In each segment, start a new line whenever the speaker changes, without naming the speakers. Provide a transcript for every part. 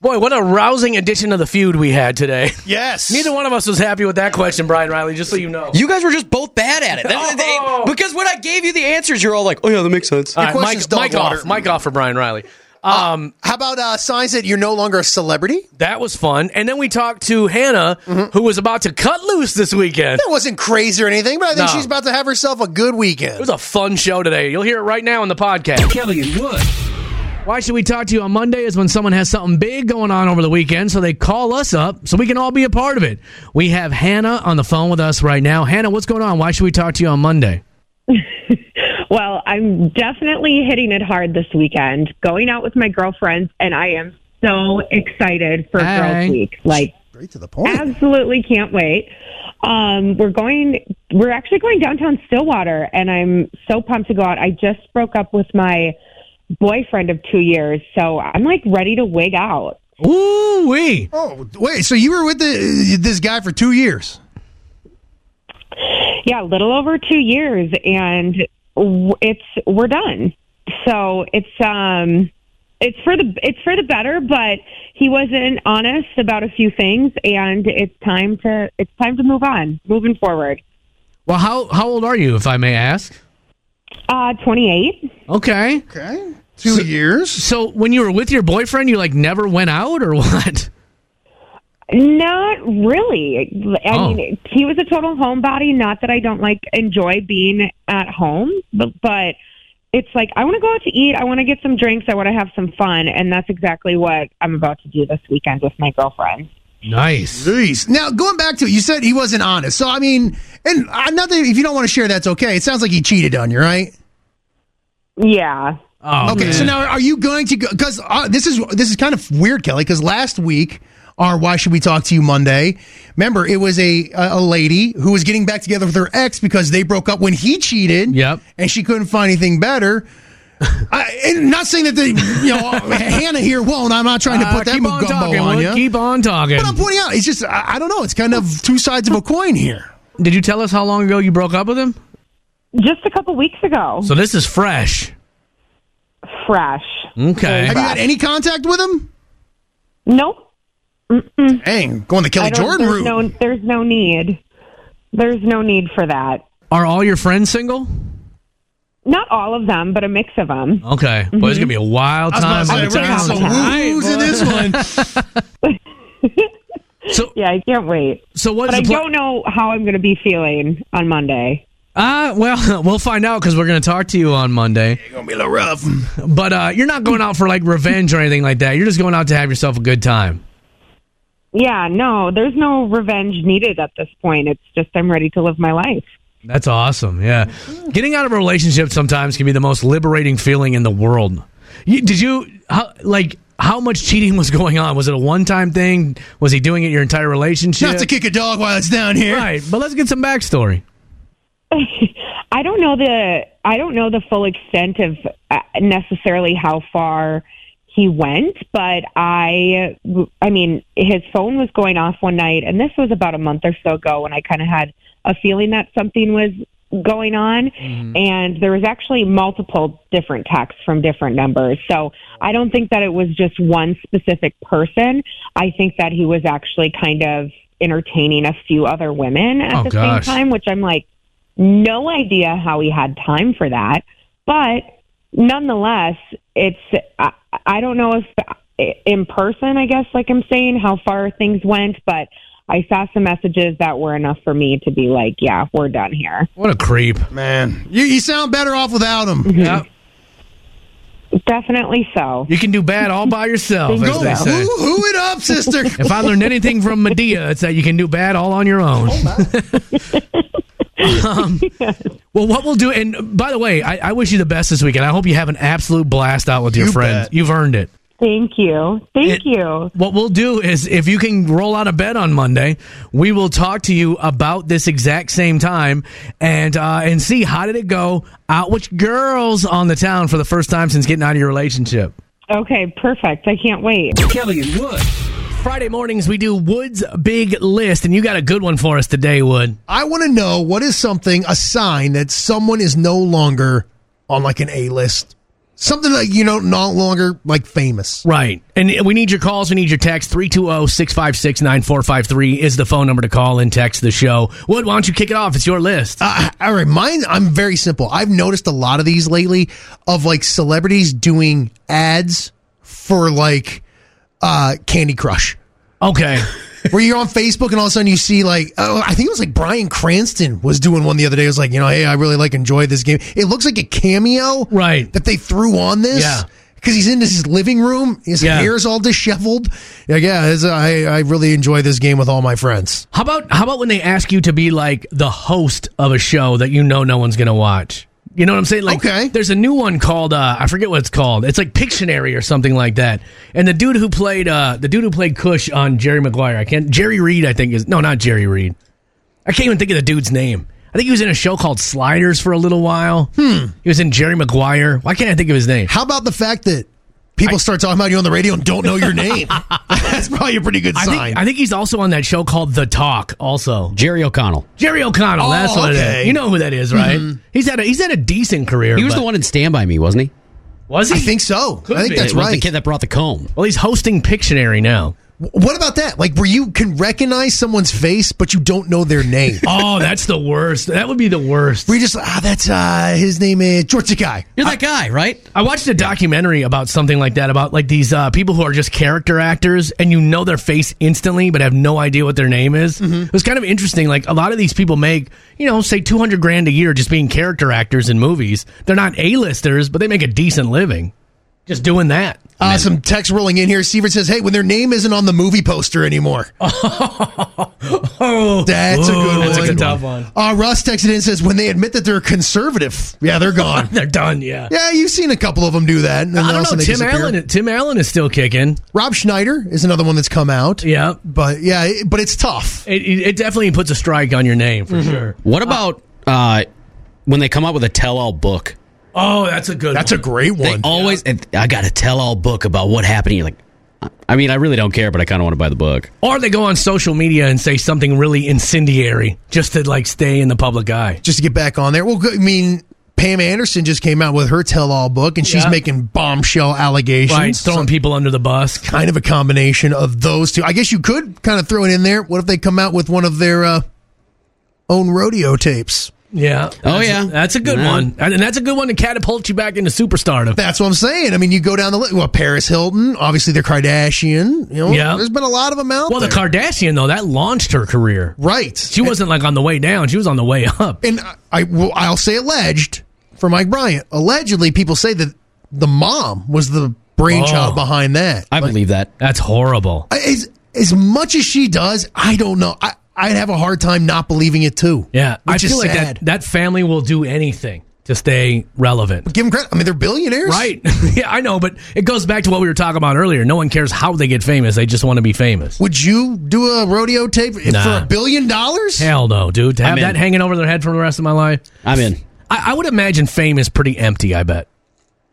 Boy, what a rousing edition of the feud we had today.
Yes.
Neither one of us was happy with that question, Brian Riley, just so you know.
You guys were just both bad at it. That- they-
Oh.
because when I gave you the answers, you're all like, "Oh yeah, that makes sense."
All right,
question's
Mike,
dog
Mike
water
off.
for
Mike off for Brian Riley.
How about uh, signs that you're no longer a celebrity?
That was fun. And then we talked to Hannah,
Mm-hmm.
who was about to cut loose this weekend.
That wasn't crazy or anything, but I think
No.
she's about to have herself a good weekend.
It was a fun show today. You'll hear it right now in the podcast.
Kelly and Wood.
Why should we talk to you on Monday is when someone has something big going on over the weekend, so they call us up so we can all be a part of it. We have Hannah on the phone with us right now. Hannah, what's going on? Why should we talk to you on Monday?
Well, I'm definitely hitting it hard this weekend, going out with my girlfriends, and I am so excited for
Hi.
Girls Week. Like,
Straight to the point.
absolutely can't wait. Um, we're going, we're actually going downtown Stillwater, and I'm so pumped to go out. I just broke up with my boyfriend of two years, so I'm like ready to wig out.
Ooh wee.
oh, wait. So you were with the, uh, this guy for two years?
Yeah, a little over two years, and w- it's we're done. So it's um, it's for the it's for the better. But he wasn't honest about a few things, and it's time to it's time to move on, moving forward.
Well, how how old are you, if I may ask?
Uh, twenty eight.
Okay.
Okay. Two years?
So when you were with your boyfriend, you like never went out or what?
Not really. I
Oh.
mean, he was a total homebody. Not that I don't like enjoy being at home, but, but it's like I want to go out to eat. I want to get some drinks. I want to have some fun, and that's exactly what I'm about to do this weekend with my girlfriend.
Nice.
Jeez. Now, going back to it, you said he wasn't honest. So, I mean, and uh, not that if you don't want to share, that's okay. It sounds like he cheated on you, right?
Yeah.
Oh,
Okay,
man.
so now are you going to go? Because uh, this is this is kind of weird, Kelly. Because last week, our why should we talk to you Monday? Remember, it was a a lady who was getting back together with her ex because they broke up when he cheated.
Yep.
and she couldn't find anything better. I, and not saying that the you know Hannah here won't. I'm not trying to
Uh,
put that
keep on
gumbo
talking.
on
Wood.
you.
Keep on talking.
but I'm pointing out, it's just I, I don't know. It's kind of two sides of a coin here.
Did you tell us how long ago you broke up with him?
Just a couple weeks ago.
So this is fresh.
Fresh.
Okay.
Have you had any contact with him?
Nope.
Dang, going the
I
Kelly
don't-
Jordan
there's
route.
no, there's no need. There's no need for that.
Are all your friends single?
Not all of them, but a mix of them.
Oh.
Okay. Boy, it's gonna be a wild
Mm-hmm. I
time.
was about to
in
say, we're gonna have
town.
some woo-woos in this one.
So
Yeah, I can't wait.
so what's
But I
the plan?
don't know how I'm going to be feeling on Monday.
Uh, well, we'll find out because we're going to talk to you on Monday.
Gonna be a little rough.
But uh, you're not going out for like revenge or anything like that. You're just going out to have yourself a good time.
Yeah, no, there's no revenge needed at this point. It's just I'm ready to live my life.
That's awesome. Yeah, getting out of a relationship sometimes can be the most liberating feeling in the world. You, did you how, like how much cheating was going on? Was it a one time thing? Was he doing it your entire relationship?
Not to kick a dog while it's down here.
right. But let's get some backstory.
I don't know the I don't know the full extent of uh, necessarily how far he went, but I I mean his phone was going off one night, and this was about a month or so ago when I kind of had a feeling that something was going on,
Mm-hmm.
and there was actually multiple different texts from different numbers. So I don't think that it was just one specific person. I think that he was actually kind of entertaining a few other women at
Oh,
the
gosh.
same time, which I'm like no idea how he had time for that. But nonetheless, it's, I, I don't know if in person, I guess, like I'm saying, how far things went, but I saw some messages that were enough for me to be like, yeah, we're done here.
What a creep.
Man, you, you sound better off without him.
Yeah.
Definitely so.
You can do bad all by yourself, as
Go
they say.
woo hoo it up, sister.
If I learned anything from Medea, it's that you can do bad all on your own.
Oh,
Um, well, what we'll do, and by the way, I, I wish you the best this weekend. I hope you have an absolute blast out with your
You
friends.
bet.
You've earned it.
Thank you. Thank you.
What we'll do is, if you can roll out of bed on Monday, we will talk to you about this exact same time and uh, and see how did it go out with girls on the town for the first time since getting out of your relationship.
Okay, perfect. I can't wait.
Kelly and Wood.
Friday mornings we do Wood's Big List, and you got a good one for us today, Wood.
I want to know what is something, a sign that someone is no longer on like an A list Something that you know no longer like famous.
Right. And we need your calls. We need your text. 320 656 9453 is the phone number to call and text the show. Wood, why don't you kick it off? It's your list.
Uh, all right, mine. I'm very simple. I've noticed a lot of these lately of like celebrities doing ads for like uh Candy Crush,
Okay.
where you're on Facebook and all of a sudden you see like oh, I think it was like Brian Cranston was doing one the other day. It was like you know, hey, I really like enjoy this game. It looks like a cameo,
Right.
That they threw on this.
Yeah.
Because he's in his living room, his
Yeah.
hair's all disheveled. Like, yeah, it's, uh, I, I really enjoy this game with all my friends.
How about how about when they ask you to be like the host of a show that you know no one's gonna watch? You know what I'm saying? Like,
Okay.
there's a new one called uh, I forget what it's called. It's like Pictionary or something like that. And the dude who played uh, the dude who played Cush on Jerry Maguire, I can't Jerry Reed, I think is no, not Jerry Reed. I can't even think of the dude's name. I think he was in a show called Sliders for a little while. Hmm. He was in Jerry Maguire. Why can't I think of his name?
How about the fact that people start talking about you on the radio and don't know your name? That's probably a pretty good
I
sign.
think, I think he's also on that show called The Talk. Also,
Jerry O'Connell.
Jerry O'Connell.
Oh,
that's what it
okay.
is. You know who that is, right? He's had a, he's had a decent career.
He was
but-
the one in Stand By Me, wasn't he?
Was he?
I think so.
Could
I think
be.
that's
It was the
right.
kid that brought the comb.
Well, he's hosting Pictionary now.
W- What about that? Like, where you can recognize someone's face, but you don't know their name.
Oh, that's the worst. That would be the worst.
where you just, ah, that's, uh, his name is George Sakai.
You're that guy, right?
I watched a documentary about something like that about like these uh, people who are just character actors and you know their face instantly but have no idea what their name is. It was kind of interesting. Like a lot of these people make, you know, say 200 grand a year just being character actors in movies. They're not A-listers, but they make a decent living just doing that.
Uh, some text rolling in here. Sievert says, hey, when their name isn't on the movie poster anymore.
Oh,
That's a good one.
That's a good tough one.
Uh, Russ texted in and says, when they admit that they're conservative, yeah, they're gone.
They're done, yeah.
yeah, you've seen a couple of them do that. And then
I
all
don't
of a
know.
sudden they
Tim
disappear.
Allen, Tim Allen is still kicking.
Rob Schneider is another one that's come out.
Yeah.
But yeah, it- but it's tough.
It, it it definitely puts a strike on your name for sure.
What about uh, when they come out with a tell-all book?
Oh, that's a good.
That's a great
They
one.
always, and I got a tell-all book about what happened. You're like, I mean, I really don't care, but I kind of want to buy the book.
or they go on social media and say something really incendiary just to like stay in the public eye.
just to get back on there. Well, good- I mean, Pam Anderson just came out with her tell-all book, and she's
Yeah.
making bombshell allegations.
Right, throwing
So
people under the bus.
kind of a combination of those two. I guess you could kind of throw it in there. What if they come out with one of their uh, own rodeo tapes?
Yeah.
Oh,
That's-
yeah.
That's a good
Yeah.
one, and and that's a good one to catapult you back into superstardom.
That's what I'm saying. I mean, you go down the list. Well, Paris Hilton, obviously they're Kardashian. You know,
Yeah.
there's been a lot of them out
Well, the
there.
Kardashian though that launched her career.
right.
She wasn't like on the way down; she was on the way up.
and I- I will I'll say alleged for Mike Bryant. Allegedly, people say that the mom was the brainchild
Oh.
behind that.
I believe that.
That's horrible.
I- as as much as she does, I don't know. I I'd have a hard time not believing it too.
Yeah, I
which
feel
is
like
sad.
that that family will do anything to stay relevant.
Give them credit. I mean, they're billionaires,
Right. yeah, I know, but it goes back to what we were talking about earlier. No one cares how they get famous; they just want to be famous.
Would you do a rodeo tape if-
Nah.
for a billion dollars?
Hell no, dude. To have
in.
that hanging over their head for the rest of my life,
I'm in.
I, I would imagine fame is pretty empty. I bet.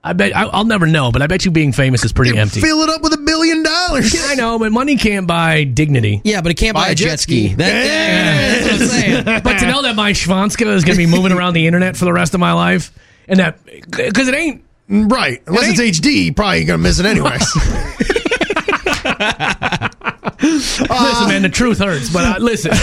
I bet I, I'll never know, but I bet you being famous is pretty empty.
Fill it up with a billion dollars.
Yeah, I know, but money can't buy dignity.
Yeah, but it can't buy, a jet ski. That- yeah, that's what I'm saying.
But to know that my Schwanzka is going to be moving around the internet for the rest of my life, and that because it ain't
Right. Unless it's HD, you probably ain't gonna miss it anyways.
listen, man, the truth hurts. But uh, listen,
uh,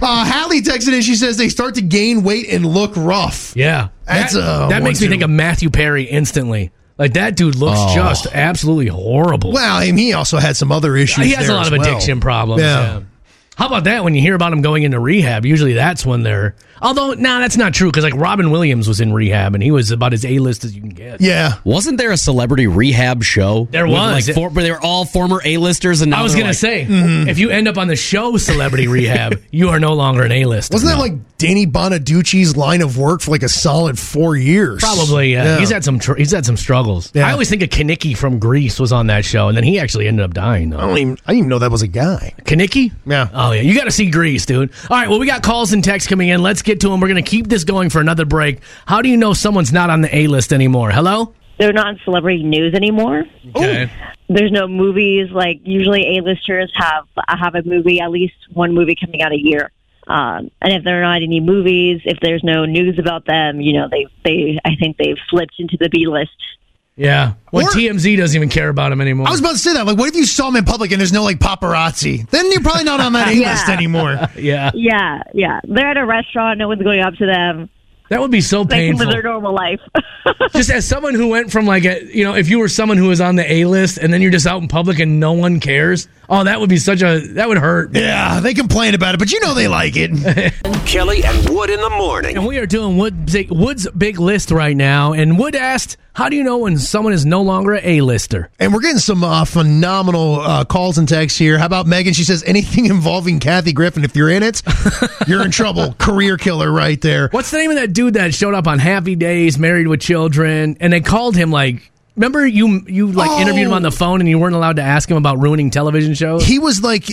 Hallie texted in. She says they start to gain weight and look rough.
yeah,
That's,
that,
uh,
that
one,
makes me
two.
think of Matthew Perry instantly. Like that dude looks
Oh.
just absolutely horrible.
Well, I mean, he also had some other issues.
he has a
there
lot
as
of
well.
addiction problems.
Yeah.
Yeah. How about that? When you hear about him going into rehab, usually that's when they're. Although, nah, that's not true because like Robin Williams was in rehab and he was about as A list as you can get.
Yeah.
Wasn't there a celebrity rehab show?
There
With,
was.
Like four, but they were all former A-listers, and now
I was
they're
gonna
like-
say,
mm-hmm.
if you end up on the show Celebrity Rehab, you are no longer an A list.
Wasn't that like Danny Bonaducci's line of work for like a solid four years?
Probably, yeah. He's had some. Tr- he's had some struggles.
Yeah.
I always think of Kanicki from Greece was on that show, and then he actually ended up dying.
I
Though
don't even. I didn't even know that was a guy.
Kanicki,
Yeah.
Oh yeah, you got to see Greece, dude. All right, well we got calls and texts coming in. Let's get to them. We're gonna keep this going for another break. How do you know someone's not on the A list anymore? Hello.
they're not in celebrity news anymore.
Okay.
There's no movies like usually A-listers have have a movie at least one movie coming out a year. Um, and if there are not any movies, if there's no news about them, you know, they, they, I think they've slipped into the B list.
Yeah. Well,
Or-
TMZ doesn't even care about him anymore.
I was about to say that. Like, what if you saw him in public and there's no like paparazzi? Then you're probably not on that A
Yeah.
list anymore.
yeah.
Yeah, yeah. They're at a restaurant, no one's going up to them.
That would be so
They
painful.
can live their normal life.
just as someone who went from like a, you know if you were someone who was on the a list and then you're just out in public and no one cares oh that would be such a that would hurt
Yeah, they complain about it, but you know they like it.
Kelly and Wood in the morning.
and we are doing Wood's big, Wood's big list right now and Wood asked how do you know when someone is no longer a A-lister
And we're getting some uh, phenomenal uh, calls and texts here. How about Megan? She says anything involving Kathy Griffin, if you're in it, you're in trouble. Career killer right there.
what's the name of that dude that showed up on Happy Days married with children and they called him like remember you you like
Oh.
interviewed him on the phone and you weren't allowed to ask him about ruining television shows
He was like,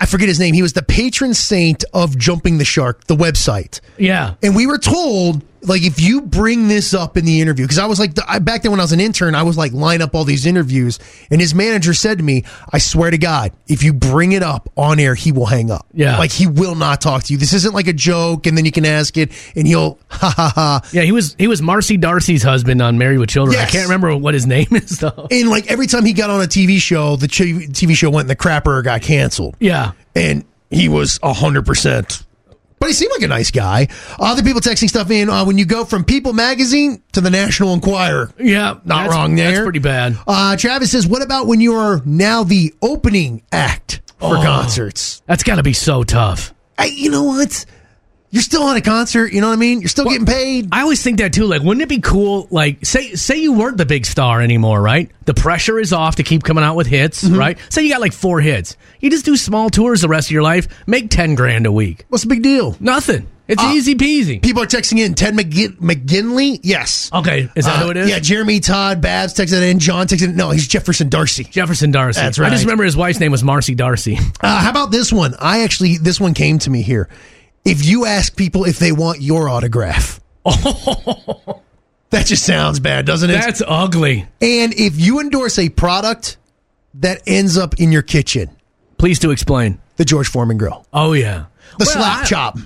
I forget his name. He was the patron saint of Jumping the Shark, the website.
yeah
And we were told, like, if you bring this up in the interview, because I was like, I, back then when I was an intern, I was like, line up all these interviews. And his manager said to me, I swear to God, if you bring it up on air, he will hang up.
Yeah.
Like, he will not talk to you. This isn't like a joke, and then you can ask it, and he'll, ha ha ha.
yeah he was he was Marcy Darcy's husband on Married with Children I
Yes.
can't remember what his name is though
And like, every time he got on a TV show, the ch- TV show went in the crapper or got canceled.
yeah
and he was 100%. But he seemed like a nice guy. Other people texting stuff in uh, when you go from People Magazine to the National Enquirer.
Yeah,
Not
that's-
wrong there.
That's pretty bad.
Uh, Travis says, What about when you are now the opening act for
Oh.
concerts?
That's got to be so tough.
Hey, you know what? You're still on a concert. You know what I mean? You're still getting paid.
I always think that too. Like, wouldn't it be cool? Like, say say you weren't the big star anymore, right? The pressure is off to keep coming out with hits,
Mm-hmm.
right? Say you got like four hits. You just do small tours the rest of your life, make ten grand a week.
What's the big deal?
Nothing. It's easy peasy.
People are texting in. Ted McGin- McGinley? Yes.
okay, Oh, is that
Uh,
who it is?
Yeah, Jeremy Todd Babs texted in. John texted in. No, he's Jefferson Darcy.
Jefferson Darcy.
That's
I
right.
just remember his wife's name was Marcy Darcy.
Uh, how about this one? I actually, this one came to me here. If you ask people if they want your autograph, that just sounds bad, doesn't it?
That's ugly.
and if you endorse a product that ends up in your kitchen,
Please do explain.
the George Foreman grill,
Oh yeah,
the
Well,
slap
I-
chop.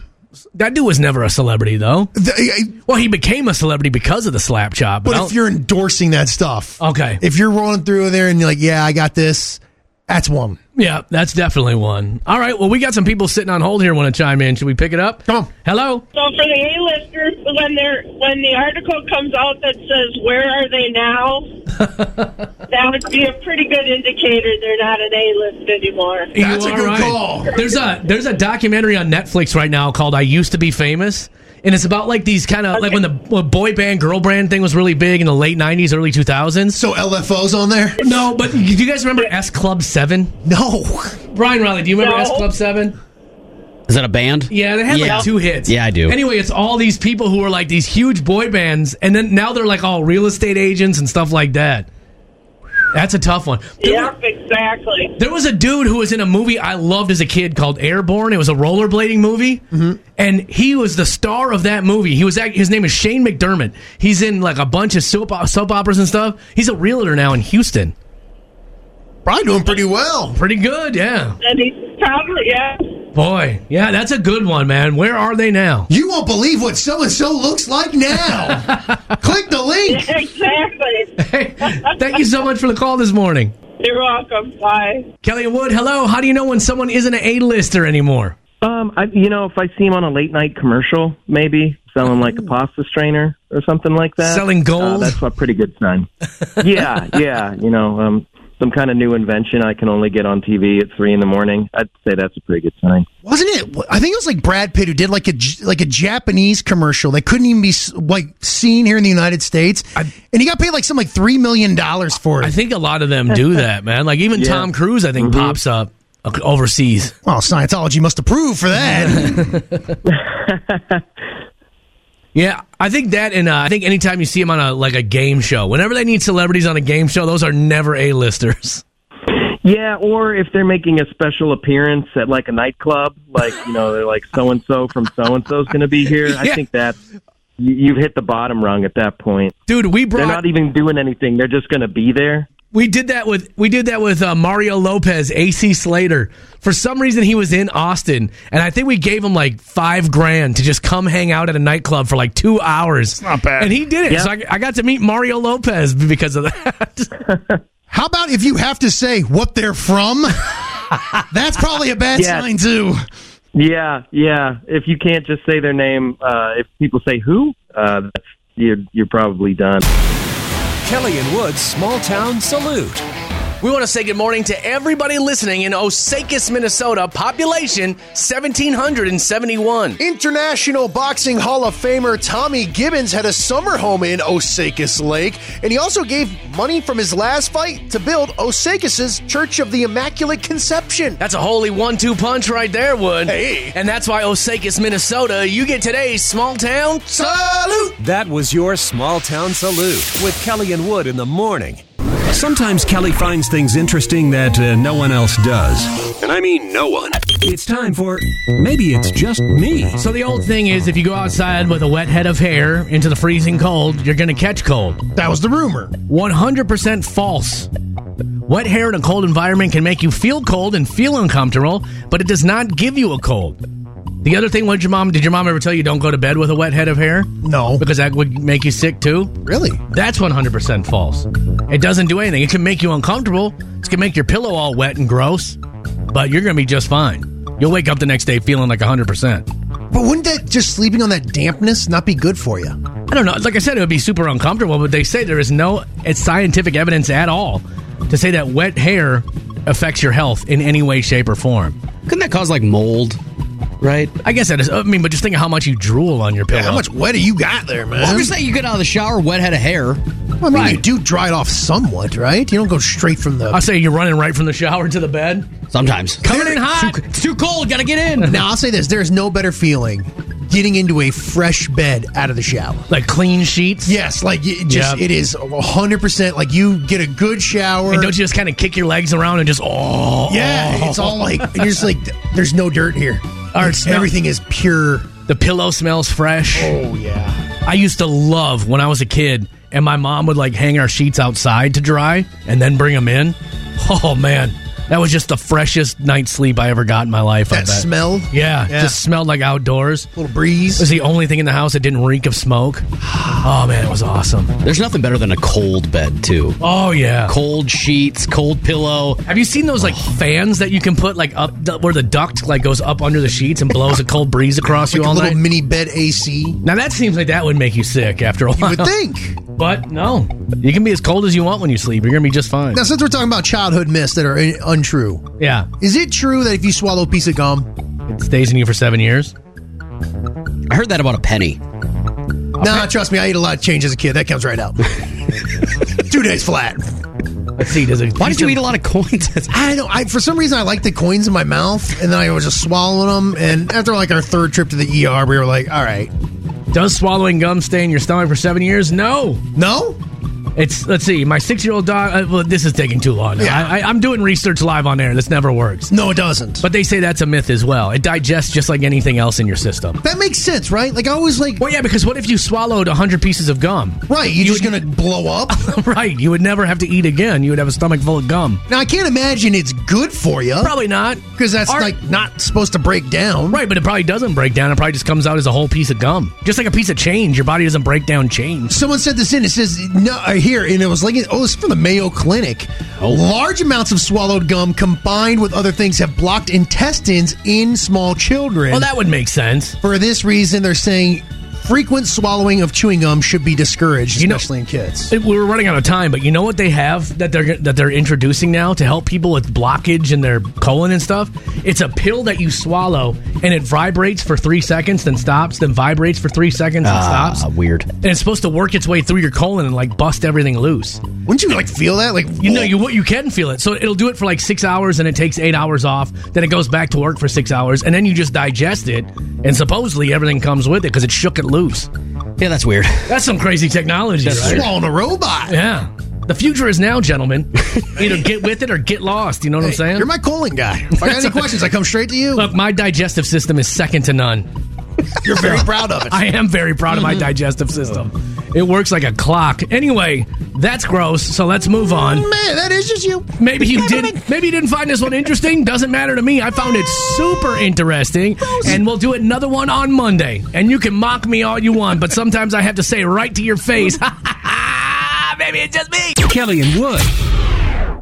That dude was never a celebrity though.
The- I-
Well, he became a celebrity because of the slap chop. I
but
don't-
if you're endorsing that stuff,
Okay.
if you're rolling through there and you're like, yeah, I got this, that's one.
Yeah, that's definitely one. All right, well, we got some people sitting on hold here want to chime in. Should we pick it up?
Come on.
Hello?
So for the A-listers, when they're when the article comes out that says where are they now, that would be a pretty good indicator they're not an A-list anymore.
That's
You
a
are
good
right.
call.
There's a there's a documentary on Netflix right now called "I Used to Be Famous," and it's about like these kind of like when the when boy band girl brand thing was really big in the late '90s, early 2000s.
So LFO's on there?
no, but do you guys remember S Club Seven?
No.
Brian Riley, do you remember
No.
S Club Seven?
Is that a band?
Yeah, they had
Yeah.
like two hits.
Yeah, I do.
Anyway, it's all these people who are like these huge boy bands, and then now they're like all real estate agents and stuff like that. That's a tough one. There,
Yep, exactly.
there was a dude who was in a movie I loved as a kid called Airborne. It was a rollerblading movie,
Mm-hmm.
and he was the star of that movie. He was act- his name is Shane McDermott. He's in like a bunch of soap soap operas and stuff. He's a realtor now in Houston.
Probably doing pretty well.
Pretty good, yeah.
And he's probably yeah.
Boy, yeah, that's a good one, man. Where are they now?
You won't believe what so and so looks like now. Click the link.
Exactly.
Hey, thank you so much for the call this morning.
You're welcome. Bye.
Kelly and Wood, hello. How do you know when someone isn't an A-lister anymore?
Um, I, you know, if I see him on a late night commercial, maybe selling like a pasta strainer or something like that.
Selling
Uh,
gold?
that's a pretty good sign. yeah, yeah. You know, um, some kind of new invention I can only get on TV at three in the morning. I'd say that's a pretty good sign.
wasn't it? I think it was like Brad Pitt who did like a J- like a Japanese commercial that couldn't even be s- like seen here in the United States, and he got paid like some like three million dollars for it.
I think a lot of them do that, man. Like even Tom Cruise, I
Mm-hmm.
think, pops up uh, overseas.
well, Scientology must approve for that.
Yeah, I think that, and uh, I think anytime you see them on a like a game show, whenever they need celebrities on a game show, those are never A-listers.
Yeah, or if they're making a special appearance at like a nightclub, like you know, they're like so and so from so and so's going to be here.
Yeah.
I think that's you, you've hit the bottom rung at that point.
Dude, we brought
e- They're not even doing anything. They're just going to be there.
We did that with we did that with uh, Mario Lopez, AC Slater. For some reason, he was in Austin, and I think we gave him like five grand to just come hang out at a nightclub for like two hours.
not bad.
and he did it.
Yeah.
So I, I got to meet Mario Lopez because of that.
How about if you have to say what they're from? That's probably a bad
Yeah.
sign too.
Yeah, yeah. If you can't just say their name, uh, if people say who, uh, that's, you're, you're probably done.
Kelly and Wood's Small Town Salute.
we want to say good morning to everybody listening in Osakis, Minnesota. Population seventeen hundred and seventy one.
International Boxing Hall of Famer Tommy Gibbons had a summer home in Osakis Lake, and he also gave money from his last fight to build Osakis' Church of the Immaculate Conception.
That's a holy one-two punch right there, Wood.
Hey.
And that's why Osakis, Minnesota, you get today's small town
Salute!
That was your Small Town Salute with Kelly and Wood in the morning. Sometimes Kelly finds things interesting that uh, no one else does.
And I mean no one.
It's time for Maybe It's Just Me.
So the old thing is, if you go outside with a wet head of hair into the freezing cold, you're gonna catch cold.
That was the rumor.
100% false. Wet hair in a cold environment can make you feel cold and feel uncomfortable, but it does not give you a cold. The other thing, what your mom did your mom ever tell you don't go to bed with a wet head of hair?
No,
Because that would make you sick too?
really.
That's 100% false. It doesn't do anything. It can make you uncomfortable. It can make your pillow all wet and gross, but you're going to be just fine. You'll wake up the next day feeling like 100%.
But wouldn't that just sleeping on that dampness not be good for you?
I don't know. Like I said, it would be super uncomfortable, but they say there is no it's scientific evidence at all to say that wet hair affects your health in any way, shape, or form.
Couldn't that cause like mold? Right?
I guess that is, I mean, but just think of how much you drool on your pillow.
How much wet do you got there, man?
I'm just saying you get out of the shower, wet head of hair.
Well, I mean, you do dry it off somewhat, right? You don't go straight from the.
I'll say you're running right from the shower to the bed.
Sometimes.
Coming in hot.
It's too cold, gotta get in.
now I'll say this: there is no better feeling getting into a fresh bed out of the shower.
Like clean sheets.
Yes, like it just
Yeah.
it is hundred percent. Like you get a good shower.
And don't you just kind of kick your legs around and just, oh.
yeah,
oh.
it's all like and you're just like there's no dirt here.
right,
It's-
now-
everything is pure.
The pillow smells fresh.
Oh yeah.
I used to love when I was a kid, and my mom would like hang our sheets outside to dry and then bring them in. Oh man, that was just the freshest night's sleep I ever got in my life. I
That
bet.
smell.
yeah,
Yeah.
just smelled like outdoors. It
Little breeze.
was the only thing in the house that didn't reek of smoke. Oh man, it was awesome.
There's nothing better than a cold bed, too.
Oh yeah.
Cold sheets, cold pillow.
Have you seen those like fans that you can put like up where the duct like goes up under the sheets and blows a cold breeze across you
Like a
all
little
night?
mini bed AC.
now that seems like that would make you sick after a
You
while.
would think.
But no, you can be as cold as you want when you sleep. You're gonna be just fine.
Now, since we're talking about childhood myths that are in- untrue,
yeah.
is it true that if you swallow a piece of gum,
stays in you for seven years.
I heard that about a penny.
nah, trust me, I ate a lot of change as a kid. That comes right out. Two days flat.
Let's see. Does it,
Why did you eat a lot of coins?
I don't. I for some reason I like the coins in my mouth, and then I was just swallowing them. And after like our third trip to the ER, we were like, "All right,
Does swallowing gum stay in your stomach for seven years? No.
no,
It's let's see. My six-year-old dog. Uh, well, this is taking too long. now.
Yeah.
I, I, I'm doing research live on air. This never works.
no, it doesn't."
But they say that's a myth as well. It digests just like anything else in your system.
That makes sense, right? Like I always like,
Well, yeah, because what if you swallowed hundred pieces of gum?
right? You're just gonna blow up.
right, you would never have to eat again. You would have a stomach full of gum.
now I can't imagine it's good for you
Probably not.
because that's
Art-
like not supposed to break down.
Right, but it probably doesn't break down. It probably just comes out as a whole piece of gum, just like a piece of change. Your body doesn't break down change.
Someone sent this in. It says no uh, here, and it was like, oh, it's from the Mayo Clinic.
Oh.
Large amounts of swallowed gum combined with other things have blocked intestines in small children.
Well, that would make sense.
For this reason, they're saying frequent swallowing of chewing gum should be discouraged,
You know-
especially in kids.
It- we were running out of time, but you know what they have that they're that they're introducing now to help people with blockage in their colon and stuff. It's a pill that you swallow and it vibrates for three seconds, then stops, then vibrates for three seconds and
Ah,
stops,
weird.
and it's supposed to work its way through your colon and like bust everything loose.
Wouldn't you like feel that? Like oh,
You know, you you can feel it. So it'll do it for like six hours, and it takes eight hours off. Then it goes back to work for six hours, and then you just digest it, and supposedly everything comes with it because it shook it loose.
Yeah, that's weird.
That's some crazy technology.
That's
right?
swallowing a robot.
Yeah. The future is now, gentlemen. Either get with it or get lost. You know what I'm saying?
You're my colon guy. If I got any questions, I come straight to you.
Look, my digestive system is second to none.
You're very proud of it. Mm-hmm.
I am very proud of my digestive system. It works like a clock. Anyway, that's gross. So let's move on.
Man, that is just you.
Maybe you didn't. Maybe you didn't find this one interesting. Doesn't matter to me. I found it super interesting, and we'll do another one on Monday. And you can mock me all you want, but sometimes I have to say right to your face. Maybe it's just me.
Kelly and Wood.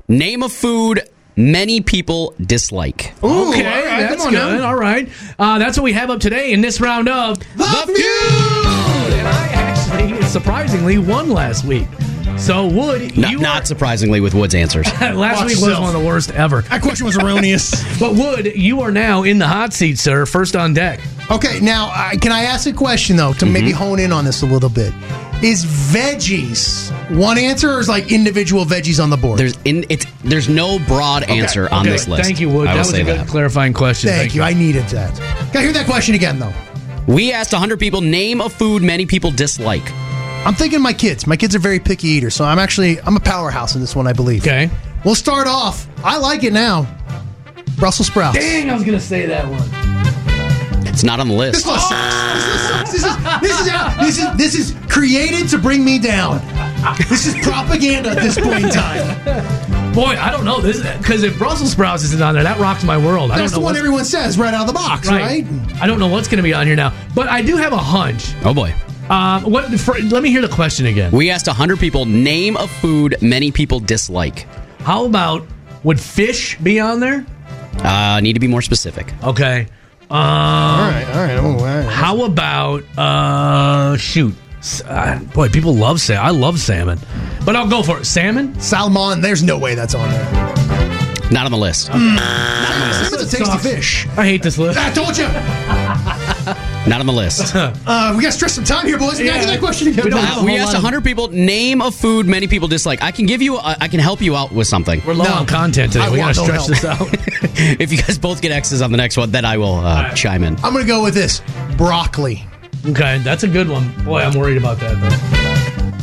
Name a food many people dislike.
Ooh, okay, that's good. All right, uh, that's what we have up today in this round of the, feud. And I actually, surprisingly, won last week. So Wood,
Not,
you
not surprisingly, with Wood's answers.
last
Watch
week was
yourself.
one of the worst ever.
That question was erroneous.
But Wood, you are now in the hot seat, sir. First on deck.
Okay, now I can I ask a question though to maybe hone in on this a little bit? Is veggies one answer, or is like individual veggies on the board?
There's in it's there's no broad answer on
Okay,
this list.
Thank you, Wood. That
I will
was
say
a good
that.
clarifying question.
Thank you. I needed that. Can I hear that question again though?
We asked 100 people name a food many people dislike.
I'm thinking my kids. My kids are very picky eaters, so I'm actually I'm a powerhouse in this one, I believe.
Okay.
We'll start off. I like it now. Brussels sprouts.
Dang, I was gonna say that one.
It's not on the
This
list.
one sucks. This one sucks. This is this is, out- this is this is created to bring me down. This is propaganda at this point in time.
Boy, I don't know this because if Brussels sprouts isn't on there, that rocks my world. I don't
That's
know
the one
what's-
everyone says right out of the box, right?
I don't know what's gonna be on here now, but I do have a hunch.
Oh boy.
Um, what? For, let me hear the question again.
We asked 100 people name a food many people dislike.
How about would fish be on there?
Uh, need to be more specific.
Okay. Um,
All right, all right, all right.
How about uh shoot? S- uh, boy, people love salmon. I love salmon, but I'll go for it. Salmon.
Salmon, there's no way that's on there.
Not on the list.
Salmon's a tasty
Sucks.
fish.
I hate this list.
I told you. Uh,
Not on the list.
we got to stretch some time here, boys. Yeah. Can I get that question again?
We don't have
Uh,
a
we
whole
asked
lot of-
100 people name a food many people dislike. I can give you a, I can help you out with something.
We're low
No.
on content today.
I
we gotta
want no
stretch
help.
this out.
if you guys both get X's on the next one, then I will uh, chime in.
I'm going to go with this broccoli.
okay, that's a good one. Boy, I'm worried about that though.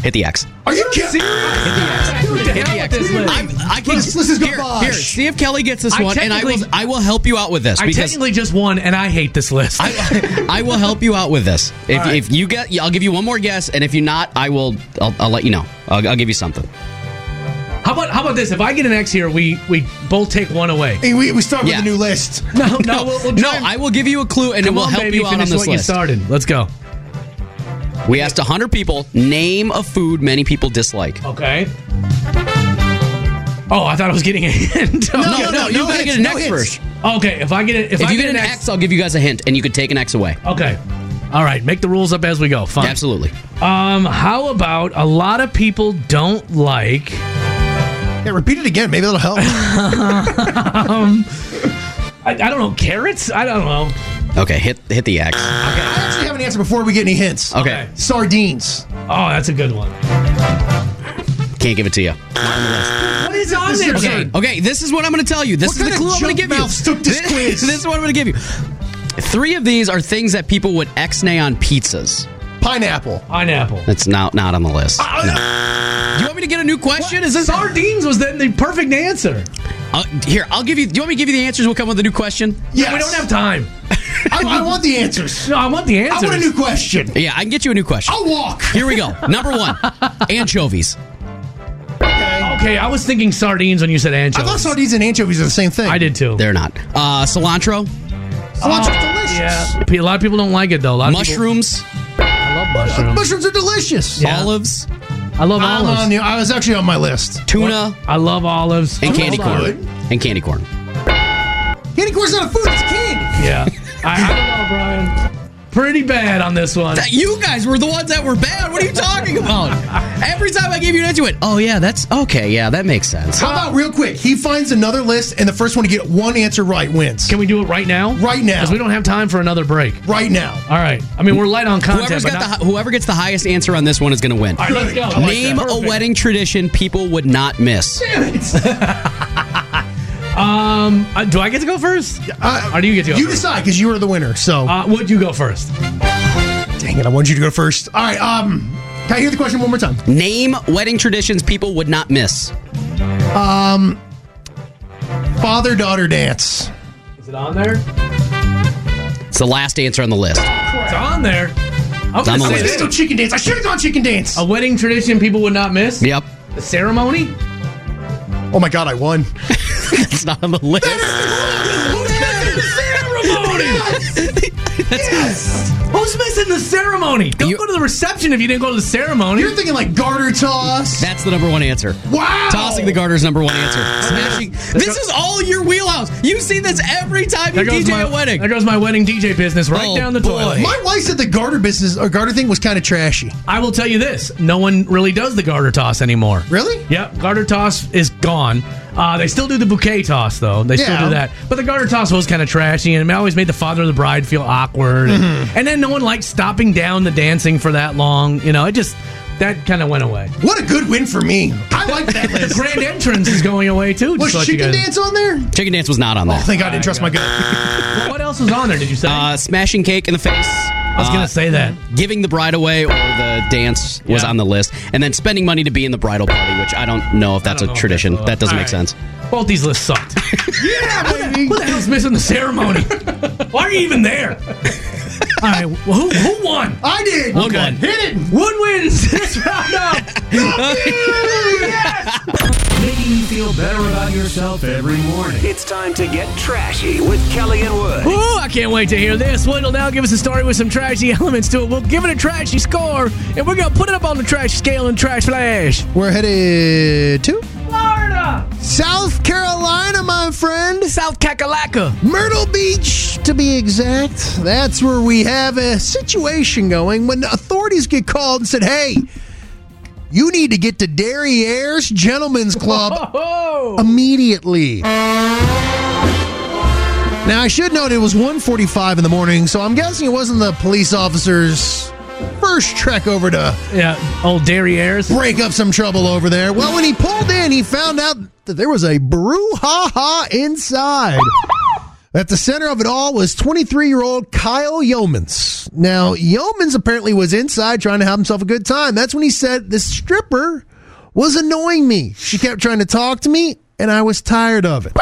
Hit the X.
Are you kidding?
Hit the X.
I'm, I can
This- this is
here,
garbage.
here, see if Kelly gets this
I
one, and I will
technically-
I will help you out with this
I
because
technically just won, and I hate this list.
I, I will help you out with this. If,
right.
if you get, I'll give you one more guess, and if you're not, I will. I'll, I'll let you know. I'll, I'll give you something.
how about how about this? If I get an X here, we we both take one away.
Hey, we, we start
Yeah.
with a new list.
No, no, we'll, we'll
no,
try and-
I will give you a clue, and it
Come
will
on,
help
baby,
you out on
finish
this
what
list.
You started. Let's go.
We asked 100 people name a food many people dislike.
Okay. Oh, I thought I was getting a hint.
No,
no,
no,
you
no
gotta
hits,
get an
no
X
hits.
first.
Okay, if I get it, if,
If
I
you get an X, I'll give you guys a hint, and you could take an X away.
okay. All right, make the rules up as we go. Fine.
Absolutely.
Um, how about a lot of people don't like?
Yeah, repeat it again. Maybe that'll help.
I, I don't know carrots. I don't know.
Okay, hit hit the X.
I actually have an answer before we get any hints.
Okay,
Sardines.
Oh, that's a good one.
can't give it to you.
What is on
there,
Okay.
Jay?
Okay, this is what I'm going to tell you. This
What
is the
kind of
clue I'm going
junk
to give you.
mouths took this quiz?
this is what I'm going to give you. Three of these are things that people would X-nay on pizzas.
Pineapple.
Pineapple.
That's not not on the list.
Ah.
Do you want me to get a new question? Is this
Sardines was then the perfect answer.
Uh, here? I'll give you. Do you want me to give you the answers? We'll come with a new question.
Yes.
We don't have time.
I, I want the answers.
No, I want the
I
answer.
want a new question.
Yeah, I can get you a new question.
I'll walk.
Here we go. Number one, anchovies.
okay, I was thinking sardines when you said
I thought
anchovies.
sardines and anchovies are the same thing.
I did too.
They're not. Uh, cilantro,
Cilantro delicious.
Yeah, P- a lot of people don't like it though. A lot of people-
mushrooms,
I love mushrooms.
Mushrooms are delicious.
Yeah.
olives,
I love
I'm
olives.
on the, I was actually on my list.
tuna,
I love olives.
and candy
Hold on.
corn. And candy corn.
Candy corn's not a food, it's candy.
Yeah. I, I don't know, Brian. Pretty bad on this one.
That- you guys were the ones that were bad. What are you talking about? Every time I gave you an answer, you went, "Oh yeah, that's okay. Yeah, that makes sense."
How about real quick? He finds another list, and the first one to get one answer right wins.
Can we do it right now?
Right now.
Because we don't have time for another break.
right now.
All right. I mean, we're light on content.
Whoever's
but
got the,
not-
hi- whoever gets the highest answer on this one is going to win.
All right, let's go. Like
Name
that.
a
Perfect.
wedding tradition people would not miss.
Um, uh, do I get to go first?
Uh,
Or do you get to go
You
first?
decide because you are the winner. So
Uh, would you go first?
dang it, I want you to go first. All right. Um, can I hear the question one more time?
Name wedding traditions people would not miss.
Father daughter dance.
Is it on there?
It's the last answer on the list.
It's on there. I'm
I'm
gonna
a
say
winner.
this.
Let's go chicken dance. I should have gone chicken dance.
A wedding tradition people would not miss.
Yep.
The ceremony.
Oh my god, I won.
It's not on the list.
ceremony. Who's missing the ceremony? Don't
You-
go to the reception if you didn't go to the ceremony.
You're thinking like garter toss.
That's the number one answer.
Wow.
Tossing the garter is number one answer. Smashing. This is all your wheelhouse. You see this every time you DJ
my
a wedding.
There goes my wedding DJ business right
Oh,
down the
boy.
toilet.
My wife said the garter business or garter thing was kind of trashy.
I will tell you this: no one really does the garter toss anymore.
Really?
Yep, garter toss is gone. Uh, they still do the bouquet toss though. They still
Yeah.
do that, but the garter toss was kind of trashy, and it always made the father of the bride feel awkward. And, and then no one liked stopping down the dancing for that long. You know, it just that kind of went away.
What a good win for me. I like that
the
list.
grand entrance is going away too.
Was
Just like you
chicken
guys-
dance on there? I
Chicken dance was not on there.
think I didn't trust my gut.
What else was on there? Did you say?
Uh, smashing cake in the face.
I was gonna say that.
Giving the bride away or the dance was
Yeah.
on the list, and then spending money to be in the bridal party, which I don't know if that's
I don't
a
know if
tradition.
that's a-
That doesn't
All
make
right.
sense.
Both these lists sucked.
yeah, baby.
Who the hell's missing the ceremony? Why are you even there? All right, well, who, who won?
I did.
One won.
Hit it.
Wood wins this round up.
Making you feel better about yourself every morning. It's time to get trashy with Kelly and Wood.
Ooh, I can't wait to hear this. Wood will now give us a story with some trashy elements to it. We'll give it a trashy score, and we're going to put it up on the trash scale and trash flash.
We're headed to
Florida,
South Carolina, my friend.
South Kakalaka.
Myrtle Beach, to be exact. That's where we have a situation going when authorities get called and said, hey, you need to get to Derriere's Gentlemen's Club
Oh,
immediately. Now, I should note it was 1.45 in the morning, so I'm guessing it wasn't the police officer's first trek over to
yeah, old Derriere's.
break up some trouble over there. Well, when he pulled in, he found out that there was a brouhaha inside. At the center of it all was 23 year old Kyle Yeomans. Now, Yeomans apparently was inside trying to have himself a good time. That's when he said, This stripper was annoying me. She kept trying to talk to me, and I was tired of it.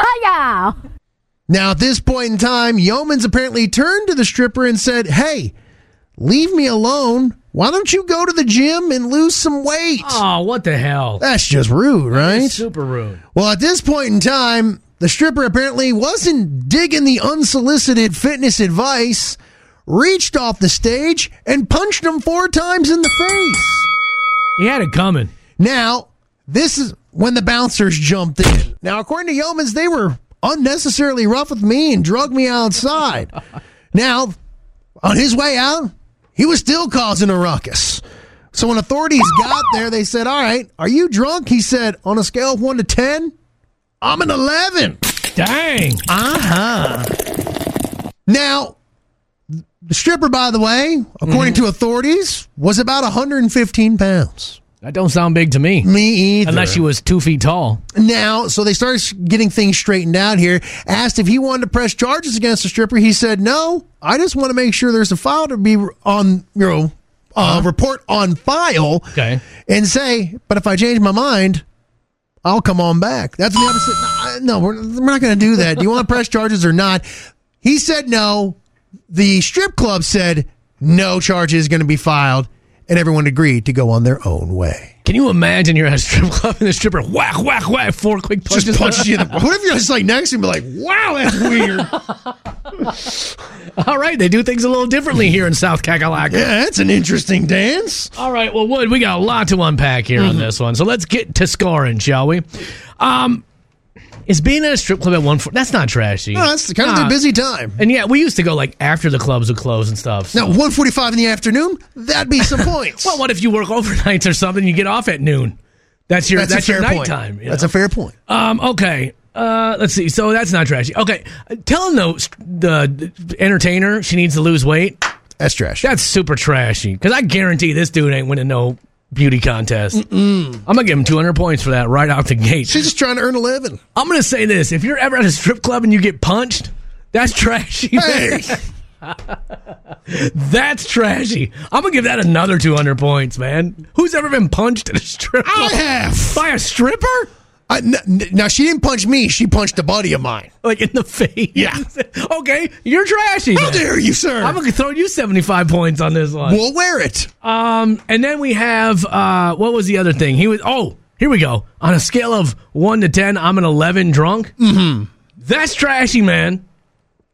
Now, at this point in time, Yeomans apparently turned to the stripper and said, Hey, leave me alone. Why don't you go to the gym and lose some weight?
Oh, what the hell?
That's just rude, right?
Super rude.
Well, at this point in time, the stripper apparently wasn't digging the unsolicited fitness advice, reached off the stage, and punched him four times in the face.
He had it coming.
Now, this is when the bouncers jumped in. Now, according to Yeomans, they were unnecessarily rough with me and drug me outside. now, on his way out, he was still causing a ruckus. So when authorities got there, they said, All right, are you drunk? He said, On a scale of one to 10, I'm an 11.
Dang.
Now, the stripper, by the way, according to authorities, was about 115 pounds.
That don't sound big to me.
Me either.
Unless she was two feet tall.
Now, so they started getting things straightened out here. Asked if he wanted to press charges against the stripper. He said, "No, I just want to make sure there's a file to be on, you know, uh, report on file."
Okay.
And say, but if I change my mind, I'll come on back. That's what the opposite. No, I- No, we're, we're not going to do that. Do you want to press charges or not? He said no. The strip club said no charges going to be filed, and everyone agreed to go on their own way.
Can you imagine you're at a strip club and the stripper whack, whack, whack, four quick punches?
just punches you in the. What if you're just like next to him, be like, "Wow, that's weird." yeah,
All right, they do things a little differently here in South Kakalaka.
that's an interesting dance.
All right, well, Wood, we got a lot to unpack here
Mm-hmm.
on this one, so let's get to scoring, shall we? Um, is being at a strip club at one four? That's not trashy.
No, that's kind of
Nah.
their busy time.
And yeah, we used to go like after the clubs would close and stuff. so-
Now, one forty-five in the afternoon, that'd be some points.
Well, what if you work overnights or something? You get off at noon. That's your that's, your nighttime.
point.
you
That's
know?
a fair point.
Um. Okay. Uh. Let's see. So that's not trashy. Okay. Uh, Telling the the entertainer she needs to lose weight.
That's trash.
That's super trashy. Because I guarantee this dude ain't winning no beauty contest. I'm gonna give him 200 points for that right out the gate.
She's just trying to earn eleven.
I'm gonna say this: if you're ever at a strip club and you get punched, that's trashy.
Hey,
That's trashy. I'm gonna give that another 200 points, man. Who's ever been punched at a strip
I
club
have.
by a stripper?
I, n- n- now she didn't punch me. She punched a buddy of mine.
Like in the face.
Yeah.
okay, you're trashy.
How
then.
dare you, sir?
I'm gonna throw you 75 points on this one.
We'll wear it.
Um, and then we have uh, what was the other thing? He was oh, here we go. On a scale of one to ten, I'm an 11 drunk. Mm-hmm. That's trashy, man.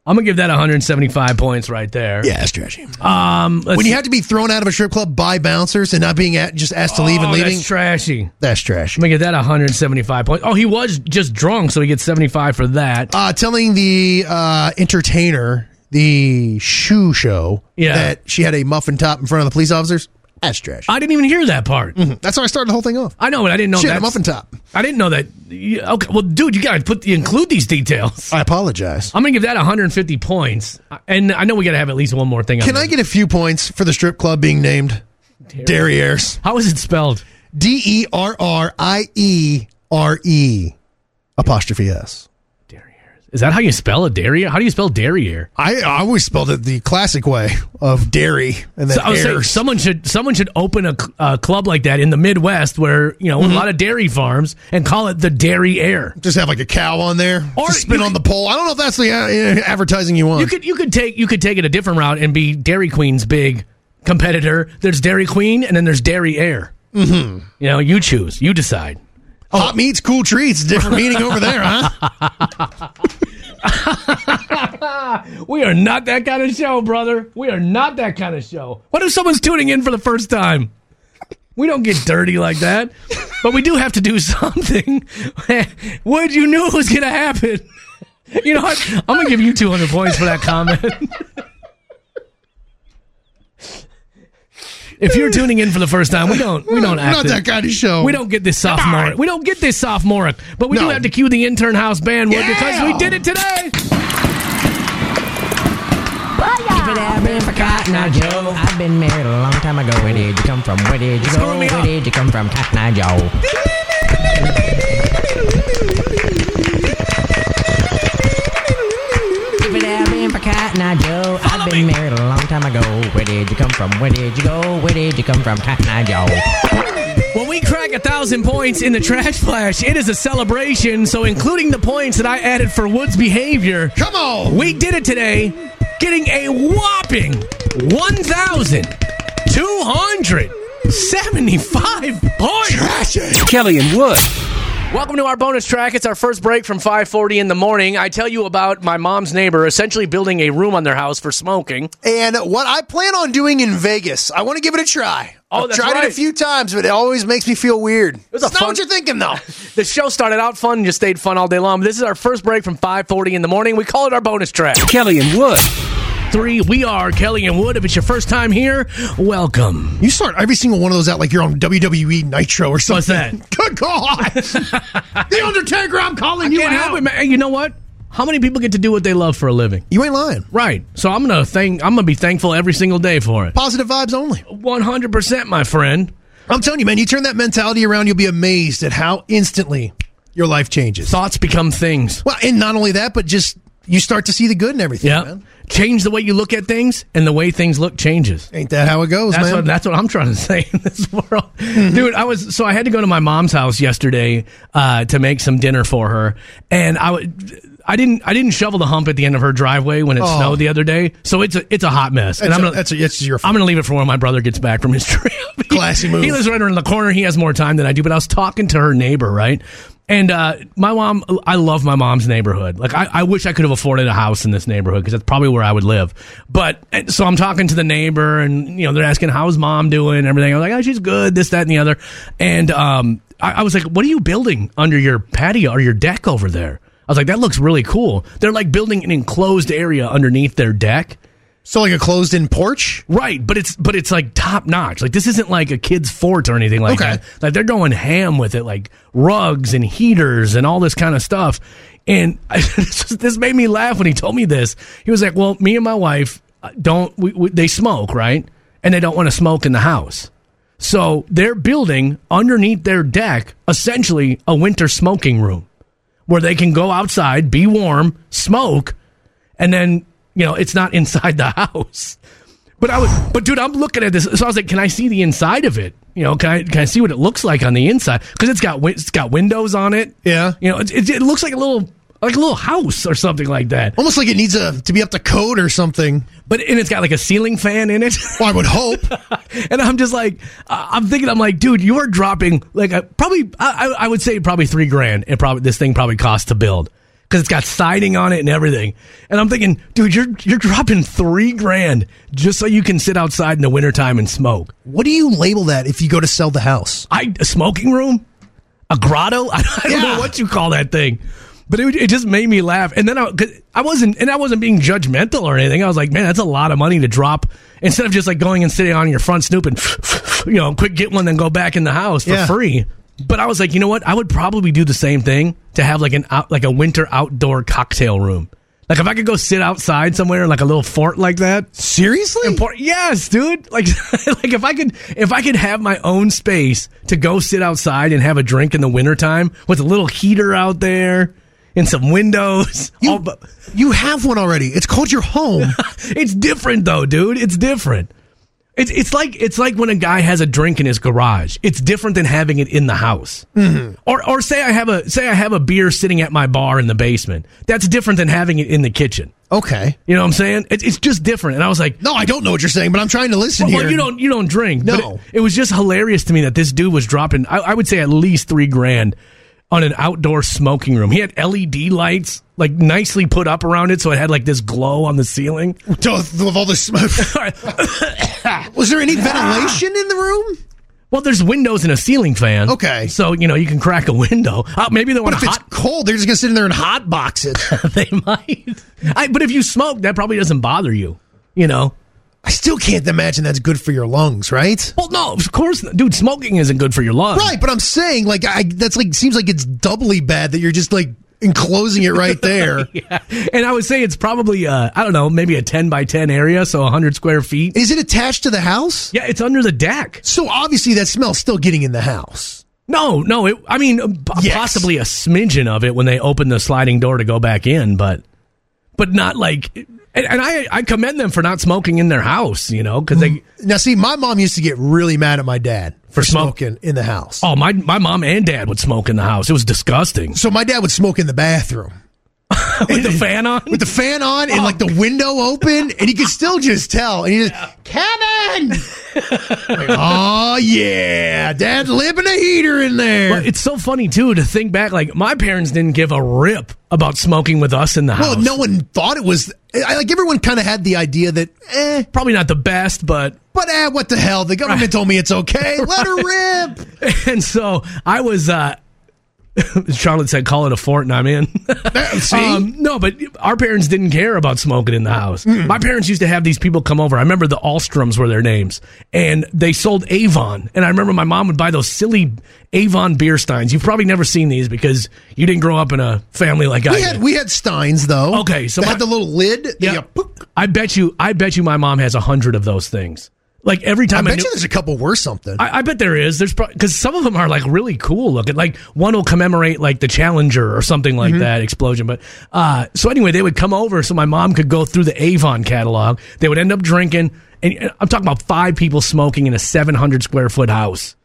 I'm gonna give that 175 points right there.
Yeah, that's trashy.
Um,
When you have to be thrown out of a strip club by bouncers and not being at, just asked to leave and leaving,
Oh, that's trashy.
that's trash.
I'm gonna get that 175 points. Oh, he was just drunk, so he gets 75 for that.
Uh, telling the uh, entertainer, the shoe show,
Yeah.
that she had a muffin top in front of the police officers, that's trash.
I Oh, didn't even hear that part.
that's how I started the whole thing off.
I know, but I didn't know
she had
that.
a muffin top.
I didn't know that. you- Okay, well, dude, you gotta put the, include these details.
I apologize.
I'm gonna give that 150 points, and I know we gotta have at least one more thing. on
Can I
this.
get a few points for the strip club being named Derriere's?
How is it spelled?
D E R R I E R E apostrophe S.
Is that how you spell it? Derriere? How do you spell derriere?
I, I always spelled it the classic way of dairy and then
So I was saying
heirs.
someone should someone should open a, cl- a club like that in the Midwest where you know a lot of dairy farms and call it the Dairy Air.
just have like a cow on there
Or
or spin
you
on the pole. I don't know if that's the uh, uh, advertising you want.
You could you could take you could take it a different route and be Dairy Queen's big competitor. There's Dairy Queen and then there's Dairy Air. Mm-hmm. You know, you choose, you decide.
Oh. Hot meats, cool treats, different meaning over there, huh?
We are not that kind of show, brother. We are not that kind of show. What if someone's tuning in for the first time? We don't get dirty like that, but we do have to do something. what you knew was going to happen. You know what? I'm going to give you 200 points for that comment. if you're tuning in for the first time, we don't we don't act
Not
it.
that kind of show.
We don't get this sophomore. We don't get this sophomoric, but we do
No.
have to cue the intern house band wood
Yeah.
because we did it today.
I've been forgotten, I Joe. I've been married a long time ago. Where did you come from? Where did you
Screw
go?
me
Where
up.
did you come from, Cotton Eye Joe? If it had been for Cotton Eye Joe, I've been married a long time ago. Where did you come from? Where did you go? Where did you come from, Cotton Eye Joe?
When we crack a thousand points in the trash flash, it is a celebration. So, including the points that I added for Wood's behavior,
Come on.
we did it today, getting a whopping 1,275 points.
Kelly and Wood.
Welcome to our bonus track. It's our first break from 5:40 in the morning. I tell you about my mom's neighbor essentially building a room on their house for smoking.
And what I plan on doing in Vegas, I want to give it a try.
Oh,
I've
that's
tried it
right.
a few times, but it always makes me feel weird.
was
It's
a
not
fun-
what you're thinking, though.
The show started out fun, just stayed fun all day long. But this is our first break from 5:40 in the morning. We call it our bonus track.
Kelly and Wood.
three. We are Kelly and Wood. If it's your first time here, welcome.
You start every single one of those out like you're on WWE Nitro or something.
What's that?
Good God. the Undertaker, I'm calling you
Can't
out.
help it, man. And You know what? How many people get to do what they love for a living?
You ain't lying.
Right. So I'm gonna thank. I'm gonna be thankful every single day for it.
Positive vibes only.
100, percent my friend.
I'm telling you, man, you turn that mentality around, you'll be amazed at how instantly your life changes.
Thoughts become things.
Well, and not only that, but just you start to see the good in everything,
Yeah.
man.
Change the way you look at things, and the way things look changes.
Ain't that how it goes,
That's
man? Mm-hmm.
what, that's what I'm trying to say in this world, dude. I was so I had to go to my mom's house yesterday uh, to make some dinner for her, and I would. I didn't. I didn't shovel the hump at the end of her driveway when it
Oh.
snowed the other day, so it's a it's a hot mess. and
That's
I'm
a-
gonna
that's a- that's your fault.
I'm gonna leave it for when my brother gets back from his trip.
Classy
He-
move.
He lives right around the corner. He has more time than I do. But I was talking to her neighbor, right? And uh, my mom, I love my mom's neighborhood. Like I, I wish I could have afforded a house in this neighborhood because that's probably where I would live. But and so I'm talking to the neighbor, and you know they're asking how's mom doing, and everything. I'm like, oh, she's good, this, that, and the other. And um, I, I was like, what are you building under your patio or your deck over there? I was like, that looks really cool. They're like building an enclosed area underneath their deck.
so like a closed-in porch.
Right, but it's but it's like top notch. Like this isn't like a kid's fort or anything like
Okay.
that. Like they're going ham with it, like rugs and heaters and all this kind of stuff. And I, this just- this made me laugh when he told me this. He was like, "Well, me and my wife uh, don't we, we, they smoke, right? And they don't want to smoke in the house." So they're building underneath their deck essentially a winter smoking room where they can go outside, be warm, smoke, and then you know it's not inside the house. But I was, but dude, I'm looking at this. So I was like, can I see the inside of it? You know, can I can I see what it looks like on the inside? Because it's got wi- it's got windows on it.
Yeah,
you know, it, it, it looks like a little like a little house or something like that.
Almost like it needs a to be up to code or something.
But and it's got like a ceiling fan in it.
I would hope.
and I'm just like, uh, I'm thinking, I'm like, dude, you are dropping like a, probably I, I I would say probably three grand. It probably this thing probably costs to build because it's got siding on it and everything. And I'm thinking, dude, you're you're dropping three grand just so you can sit outside in the wintertime and smoke.
What do you label that if you go to sell the house?
I a smoking room, a grotto. I don't know what you call that thing, but it, it just made me laugh. And then I, 'cause I wasn't, and I wasn't being judgmental or anything. I was like, man, that's a lot of money to drop instead of just like going and sitting on your front snoop and you know, quick get one, then go back in the house for
Yeah.
free. But I was like, you know what? I would probably do the same thing to have like an out, like a winter outdoor cocktail room. Like if I could go sit outside somewhere in like a little fort like that.
Seriously?
yes, dude. Like like if I could if I could have my own space to go sit outside and have a drink in the wintertime with a little heater out there and some windows. You,
you have one already. It's called your home.
it's different though, dude. It's different. It's it's like it's like when a guy has a drink in his garage. It's different than having it in the house.
Mm-hmm.
Or or say I have a say I have a beer sitting at my bar in the basement. That's different than having it in the kitchen.
Okay.
You know what I'm saying? It, it's just different. And I was like,
No, I don't know what you're saying, but I'm trying to listen
well, well,
here.
you don't you don't drink. but
No.
it, it was just hilarious to me that this dude was dropping. I, I would say at least three grand on an outdoor smoking room. He had LED lights like nicely put up around it, so it had like this glow on the ceiling.
With all the smoke. Was there any ventilation in the room?
Well, there's windows and a ceiling fan.
Okay.
so you know you can crack a window. Uh, maybe they
But
want
if
a hot.
it's cold, they're just gonna sit in there and hot box it.
they might. I, but if you smoke, that probably doesn't bother you. You know.
I still can't imagine that's good for your lungs, right?
Well, no, of course, not. dude. Smoking isn't good for your lungs.
Right, but I'm saying like I that's like seems like it's doubly bad that you're just like enclosing it right there. Is
Yeah. And I would say it's probably uh, I don't know, maybe a ten by ten area, so hundred square feet.
it attached to the house?
Yeah, it's under the deck.
So obviously that smell's still getting in the house.
No, no. It, I mean, uh, p-
Yes.
possibly a smidgen of it when they open the sliding door to go back in, but but not like. And, and I I commend them for not smoking in their house, you know, because they.
Now see, my mom used to get really mad at my dad for,
For smoke?
smoking in the house.
Oh my! My mom and dad would smoke in the house. It was disgusting.
So my dad would smoke in the bathroom.
With the fan on,
with the fan on
Oh,
and like the window open, and he could still just tell. And he just, Kevin! Like, oh, yeah, dad living a heater in there.
But it's so funny too to think back. Like my parents didn't give a rip about smoking with us in the house.
well, no one thought it was, I, like everyone kind of had the idea that, eh,
probably not the best, but
but eh, what the hell? The government told me it's okay. Let her rip.
and so I was. uh Charlotte said, "Call it a fort, and I'm in."
see?
Um, no, but our parents didn't care about smoking in the house. My parents used to have these people come over. I remember the Allstroms were their names, and they sold Avon. And I remember my mom would buy those silly Avon beer steins. You've probably never seen these because you didn't grow up in a family like I
We
did.
had, we had Steins, though.
Okay, so
They
my-
had the little lid. that
Yeah.
you poop.
I bet you. I bet you. My mom has a hundred of those things. Like every
I
time a
bet
new-
you there's a couple worse something.
I, I bet there is. There's because some of them are like really cool looking. Like one will commemorate like the Challenger or something like that explosion. But uh, so anyway, they would come over so my mom could go through the Avon catalog. They would end up drinking, and and I'm talking about five people smoking in a 700 square foot house,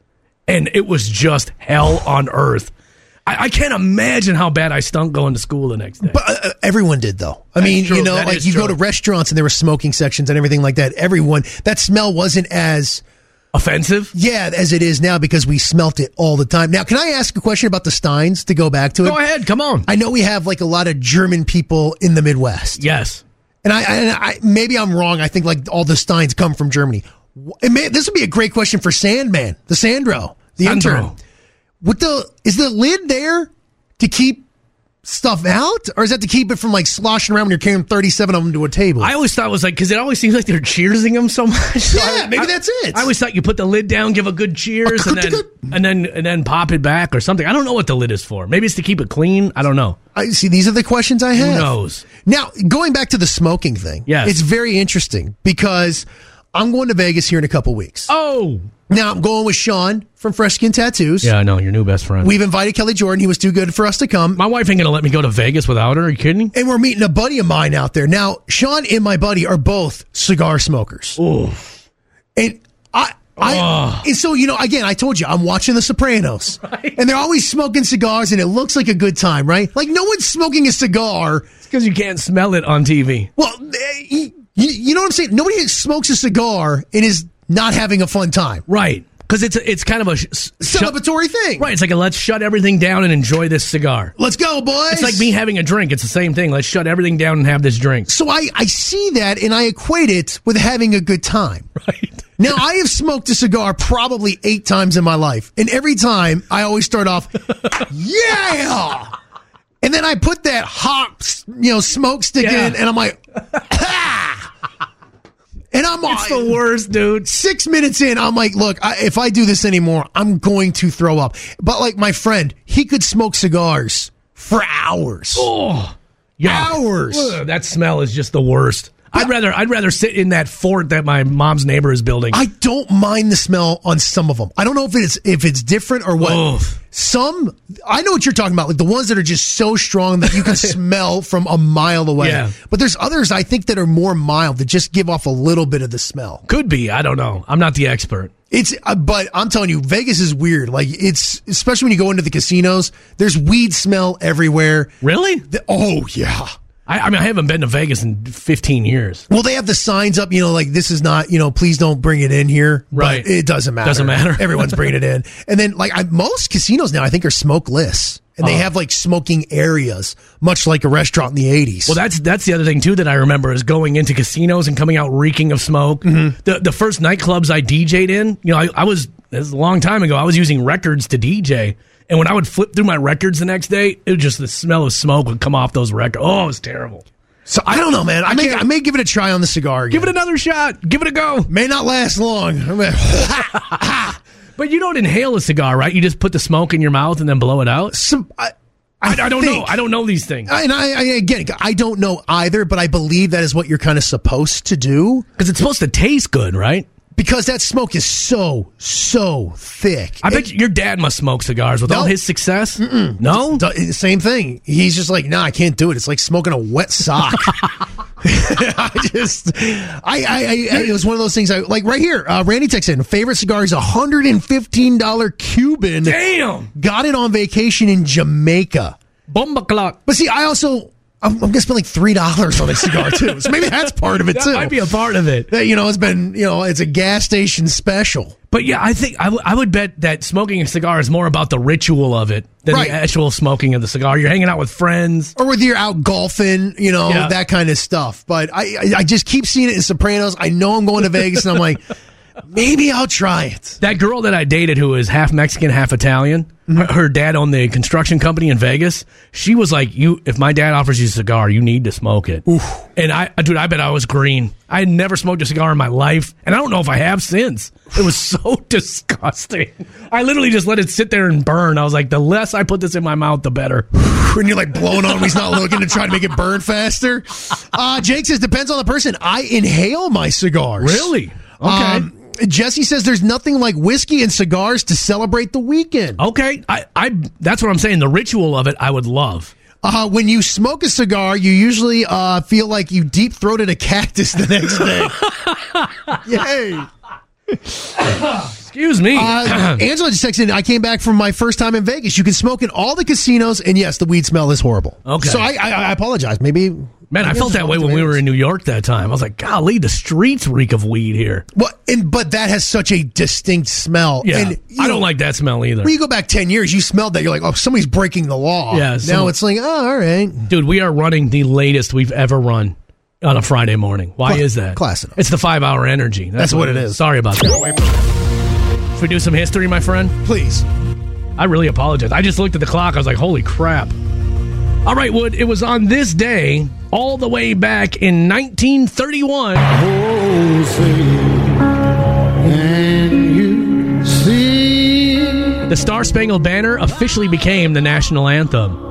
and it was just hell on earth. I, I can't imagine how bad I stunk going to school the next day.
But uh, uh, everyone did though. I mean,
true.
you know,
That
like
is
you go to
true.
restaurants and there were smoking sections and everything like that. Everyone that smell wasn't as
Offensive.
yeah as it is now because we smelt it all the time. Now, can I ask a question about the Steins to go back to it?
Go ahead, come on.
I know we have like a lot of German people in the Midwest,
yes.
and I, and I maybe I'm wrong. I think like all the Steins come from Germany. Wh- It may, this would be a great question for Sandman, the Sandro, the
Sandro.
intern. What the is the lid there to keep stuff out, or is that to keep it from like sloshing around when you're carrying 37 of them to a table?
I always thought it was like because it always seems like they're cheersing him so much. So
Yeah,
I-
maybe
I-
that's it.
I always thought you put the lid down, give a good cheers, and then
Akutaka.
and then and then pop it back or something. I don't know what the lid is for. Maybe it's to keep it clean. I don't know.
I see. These are the questions I
Who
have.
knows?
Now, going back to the smoking thing,
Yes.
it's very interesting because I'm going to Vegas here in a couple weeks.
Oh,
Now, I'm going with Sean from Fresh Skin Tattoos.
yeah, I know your new best friend.
We've invited Kelly Jordan. He was too good for us to come.
My wife ain't gonna let me go to Vegas without her. Are you kidding?
and we're meeting a buddy of mine out there. Now, Sean and my buddy are both cigar smokers.
Oh,
And I I, and so you know, again, I told you I'm watching The Sopranos, and they're always smoking cigars, and it looks like a good time, right? Like no one's smoking a cigar
because you can't smell it on TV.
Well, eh, you, you know what I'm saying? Nobody smokes a cigar and is not having a fun time,
right? Because it's a, it's kind of a sh-
celebratory thing,
right? It's like a, let's shut everything down and enjoy this cigar.
Let's go, boys!
It's like me having a drink. It's the same thing. Let's shut everything down and have this drink.
So I, I see that and I equate it with having a good time. Right. Now I have smoked a cigar probably eight times in my life. And every time I always start off, yeah. And then I put that hot, s- you know, smoke stick
Yeah.
in and I'm like, "Ah!" and I'm
It's the worst, dude.
Six minutes in, I'm like, look, I, if I do this anymore, I'm going to throw up. But like my friend, he could smoke cigars for hours.
Oh, yeah.
Hours.
Ugh, that smell is just the worst. I'd rather I'd rather sit in that fort that my mom's neighbor is building.
I don't mind the smell on some of them. I don't know if it's if it's different or what.
Oof.
Some I know what you're talking about, like the ones that are just so strong that you can smell from a mile away.
Yeah.
But there's others I think that are more mild that just give off a little bit of the smell.
Could be. I don't know. I'm not the expert.
It's uh, but I'm telling you, Vegas is weird. Like it's especially when you go into the casinos. There's weed smell everywhere.
Really?
The- oh yeah.
I, I mean, I haven't been to Vegas in 15 years.
Well, they have the signs up, you know, like this is not, you know, please don't bring it in here. But
Right.
it doesn't matter.
Doesn't matter.
Everyone's bringing it in. And then, like, I, most casinos now, I think, are smokeless. And they
Oh.
have, like, smoking areas, much like a restaurant in the 80s.
Well, that's that's the other thing too that I remember is going into casinos and coming out reeking of smoke. The the first nightclubs I DJ'd in, you know, I, I was this is a long time ago. I was using records to DJ, and when I would flip through my records the next day, it was just the smell of smoke would come off those records. Oh, it was terrible.
so I don't know, man. I, may, I may give it a try on the cigar. Again.
Give it another shot. Give it a go.
May not last long. I'm like,
But you don't inhale a cigar, right? You just put the smoke in your mouth and then blow it out.
some, I,
I, I don't know.
think- Uh,
I don't know these things
and I, I, again, I don't know either, but I believe that is what you're kind of supposed to do
because it's supposed to taste good, right?
because that smoke is so, so thick.
I bet your dad must smoke cigars with all
No.
his success. No,
D- Same thing. He's just like, nah, I can't do it. It's like smoking a wet sock. I just, I, I, I, it was one of those things. I like right here. Uh, Randy texts in favorite cigar is a hundred and fifteen dollar Cuban.
damn,
Got it on vacation in Jamaica.
bomba clock.
But see, I also, I'm, I'm gonna spend like three dollars on a cigar too. So maybe that's part of it
That
too.
might be a part of it.
That, you know, it's been, you know, it's a gas station special.
But yeah, I think I w- I would bet that smoking a cigar is more about the ritual of it than
Right.
the actual smoking of the cigar. You're hanging out with friends.
or whether you're out golfing, you know,
Yeah.
that kind of stuff. But I, I, I just keep seeing it in Sopranos. I know I'm going to Vegas, and I'm like, maybe I'll try it.
That girl that I dated who is half Mexican, half Italian, her, her dad owned the construction company in Vegas. She was like, "You, if my dad offers you a cigar, you need to smoke it." And I, dude, I bet I was green. I had never smoked a cigar in my life, and I don't know if I have since. It was so disgusting. I literally just let it sit there and burn. I was like, the less I put this in my mouth, the better.
When you're like blowing on, him, he's not looking to try to make it burn faster. Uh, Jake says depends on the person. I inhale my cigars.
Really? Okay.
Um, Jesse says there's nothing like whiskey and cigars to celebrate the weekend.
Okay, I, I that's what I'm saying. The ritual of it, I would love.
Uh, when you smoke a cigar, you usually uh, feel like you deep throated a cactus the next day. Yay.
Excuse me.
Uh, Angela just texted, in, I came back from my first time in Vegas. You can smoke in all the casinos, and yes, the weed smell is horrible.
Okay.
So I, I, I apologize. Maybe.
Man, I felt that way when we were in New York that time. I was like, golly, the streets reek of weed here.
Well, and, but that has such a distinct smell.
Yeah,
And, you
I
know,
don't like that smell either.
When you go back 10 years, you smelled that. You're like, oh, somebody's breaking the law.
Yeah,
Now
someone-
it's like, oh, all right.
Dude, we are running the latest we've ever run on a Friday morning. Why
Cla-
is that?
classic.
It's the five hour energy.
That's what it is.
Sorry about that. If we do some history, my friend,
Please.
I really apologize. I just looked at the clock. I was like, holy crap. All right, Wood, it was on this day, all the way back in 1931. The Star Spangled Banner officially became the national anthem.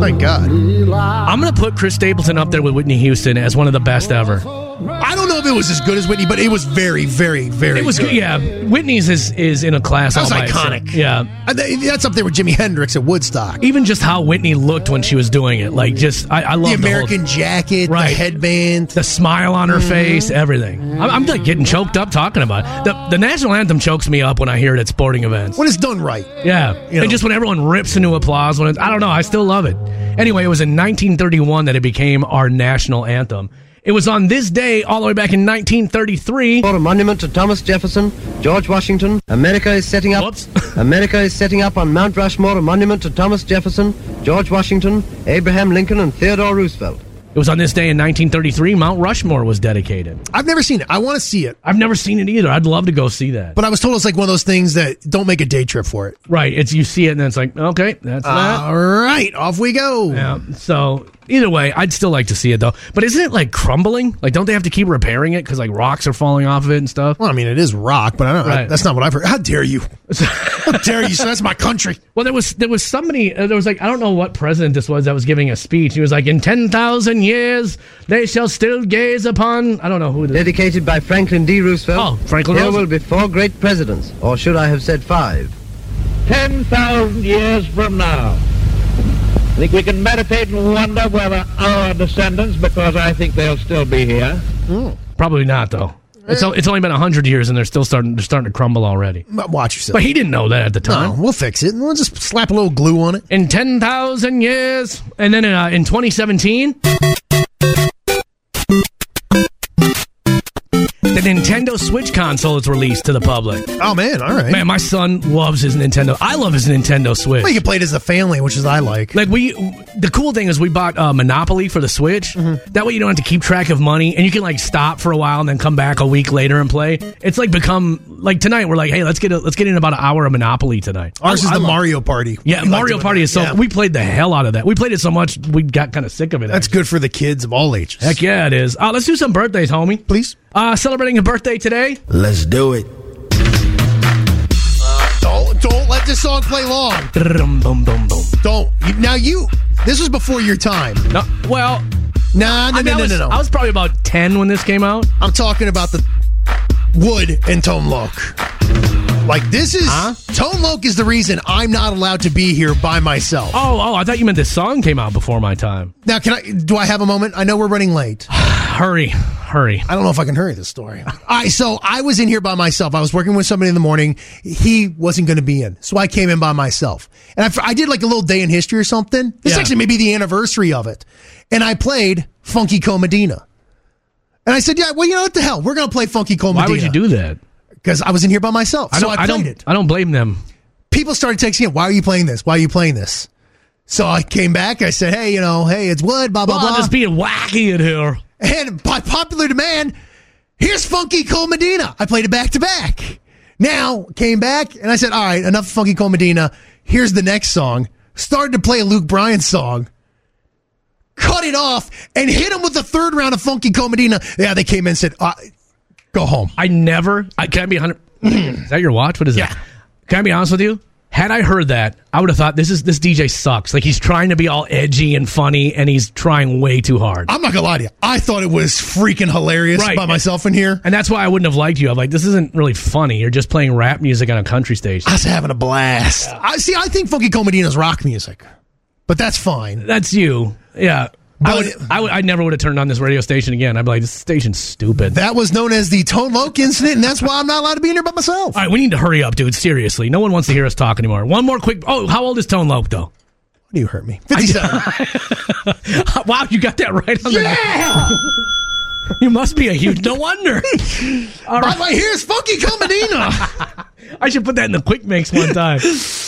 My God.
I'm going to put Chris Stapleton up there with Whitney Houston as one of the best ever.
I don't know if it was as good as Whitney, but it was very, very, very.
It was good. Yeah, Whitney's is is in a class.
That was
all by itself.
iconic.
Yeah.
I think that's up there with Jimi Hendrix at Woodstock.
Even just how Whitney looked when she was doing it, like just I, I love
The American jacket, the headband,
the smile on
Mm-hmm.
her face, everything. I'm, I'm like getting choked up talking about it. the the national anthem chokes me up when I hear it at sporting events.
When it's done right.
Yeah,
You know.
and just when everyone rips into applause when it, I don't know, I still love it. Anyway, it was in 1931 that it became our national anthem. It was on this day all the way back in 1933.
For a monument to Thomas Jefferson, George Washington, America is setting up. America is setting up on Mount Rushmore a monument to Thomas Jefferson, George Washington, Abraham Lincoln, and Theodore Roosevelt.
It was on this day in 1933 Mount Rushmore was dedicated.
I've never seen it. I want to see it.
I've never seen it either. I'd love to go see that.
But I was told it's like one of those things that don't make a day trip for it.
Right, it's you see it and then it's like, okay, that's
Uh-huh.
that.
All right, off we go.
Yeah. Um, So either way, I'd still like to see it though. But isn't it like crumbling? Like, don't they have to keep repairing it because like rocks are falling off of it and stuff?
Well, I mean, it is rock, but I don't.
Right.
that's not what I've heard. How dare you? How dare you? So that's my country.
Well, there was there was somebody uh, there was like I don't know what president this was that was giving a speech. He was like, "In ten thousand years, they shall still gaze upon." I don't know who. This
Dedicated by Franklin D. Roosevelt.
Oh, Franklin
There
Roosevelt.
will be four great presidents, or should I have said five?
10,000 years from now. I think we can meditate and wonder whether our descendants, because I think they'll still be here.
Probably not though. It's,
Uh.
o- it's only been hundred years and they're still starting they're starting to crumble already.
Watch yourself.
But he didn't know that at the time.
No, we'll fix it. We'll just slap a little glue on it.
In ten thousand years, and then in, uh, in twenty seventeen. The Nintendo Switch console is released to the public.
Oh man, all right.
Man, my son loves his Nintendo. I love his Nintendo Switch.
Well, you can play it as a family, which is I like.
Like we, the cool thing is we bought uh, Monopoly for the Switch.
Mm-hmm.
That way you don't have to keep track of money, and you can like stop for a while and then come back a week later and play. It's like become like tonight. We're like, hey, let's get a, let's get in about an hour of Monopoly tonight.
Ours
I-
is
I
the
love-
Mario Party.
Yeah,
We like
Mario
doing
Party
that.
is so.
Yeah.
We played the hell out of that. We played it so much we got kind of sick of it.
That's good for the kids of all ages.
Heck yeah, it is. Uh, let's do some birthdays, homie.
Please.
Uh, celebrating a birthday today.
Let's do it.
Don't don't let this song play long. Don't You- now you. This was before your time.
No, well,
nah, no,
I mean,
no,
I
no,
was-
no, no.
I was probably about ten when this came out.
I'm talking about the Wood and Tone Loc. Like this is Tone Loc is the reason I'm not allowed to be here by myself.
Oh, oh, I thought you meant this song came out before my time.
Now, can I? Do I have a moment? I know we're running late.
Hurry, hurry.
I don't know if I can hurry this story. All right, so I was in here by myself. I was working with somebody in the morning. He wasn't going to be in, so I came in by myself. And I f- I, did like a little day in history or something. This
Yeah.
actually may be the anniversary of it. And I played Funky Comedina. And I said, "Yeah, well, you know what the hell? We're going to play Funky Comedina."
Why would you do that?
Because I was in here by myself, so I, played
don't,
it.
I don't blame them.
People started texting him, "Why are you playing this? Why are you playing this?" So I came back. I said, "Hey, you know, hey, it's Wood, blah blah
Well, I'm
blah."
just being wacky in here.
And by popular demand, here's Funky Cole Medina. I played it back to back. Now, came back and I said, all right, enough Funky Cole Medina. Here's the next song. Started to play a Luke Bryan song. Cut it off and hit him with the third round of Funky Cole Medina. Yeah, they came in and said, uh, go home.
I never. I can I be hundred. is that your watch? What is that? Can I be honest with you? Had I heard that, I would have thought this is this DJ sucks. Like he's trying to be all edgy and funny, and he's trying way too hard.
I'm not going to lie to you. I thought it was freaking hilarious
Right.
by myself in here.
and that's why I wouldn't have liked you. I'm like, this isn't really funny. You're just playing rap music on a country station.
I was having a blast. I See, I think Funky Cole Medina is rock music, but that's fine.
That's you. Yeah. I would, I would. I never would have turned on this radio station again. I'd be like, this station's stupid.
That was known as the Tone Loc incident, and that's why I'm not allowed to be in here by myself.
All right, we need to hurry up, dude. Seriously, no one wants to hear us talk anymore. One more quick. Oh, how old is Tone Loc though?
do you hurt me? 57.
wow, you got that right on the. you must be a huge. No wonder. All
By the way, here's Funky Comedina.
I should put that in the quick mix one time.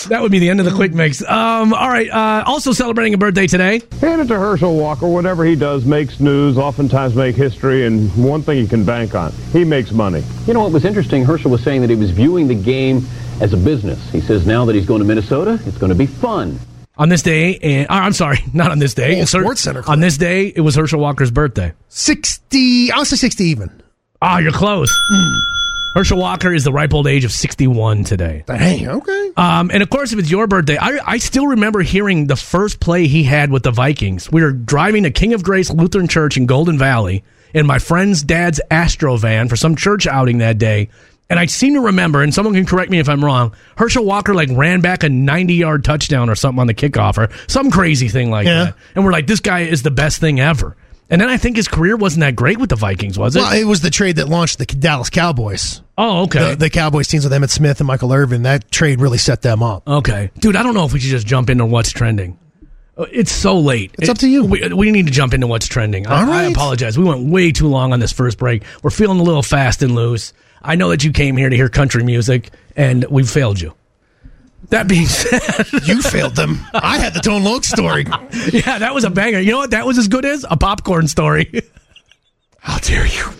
that would be the end of the quick mix. Um, all right. Uh, also celebrating a birthday today.
Hand it to Herschel Walker. Whatever he does makes news, oftentimes make history, and one thing he can bank on, he makes money.
You know, what was interesting, Herschel was saying that he was viewing the game as a business. He says now that he's going to Minnesota, it's going to be fun.
On this day, and oh, I'm sorry, not on this day.
Old
It's her-
Sports Center
on this day, it was Herschel Walker's birthday.
60, I'll say 60 even.
Ah, you're close.
Hmm.
Herschel Walker is the ripe old age of 61 today.
Dang, okay.
Um, and of course, if it's your birthday, I, I still remember hearing the first play he had with the Vikings. We were driving to King of Grace Lutheran Church in Golden Valley, in my friend's dad's Astro van for some church outing that day. And I seem to remember, and someone can correct me if I'm wrong, Herschel Walker like ran back a 90 yard touchdown or something on the kickoff or some crazy thing like
Yeah.
that. And we're like, this guy is the best thing ever. And then I think his career wasn't that great with the Vikings, was it?
Well, it was the trade that launched the Dallas Cowboys. Uh,
Oh, okay.
The, the Cowboys teams with Emmett Smith and Michael Irvin. That trade really set them up.
Okay, dude, I don't know if we should just jump into what's trending. Uh, It's so late. It's up to you. We, we need to jump into what's trending. I,
All
I
right.
apologize. We went way too long on this first break. We're feeling a little fast and loose. I know that you came here to hear country music, and we failed you. That being said,
you failed them. I had the Tone Loke story.
yeah, that was a banger. You know what? That was as good as a popcorn story. How dare you?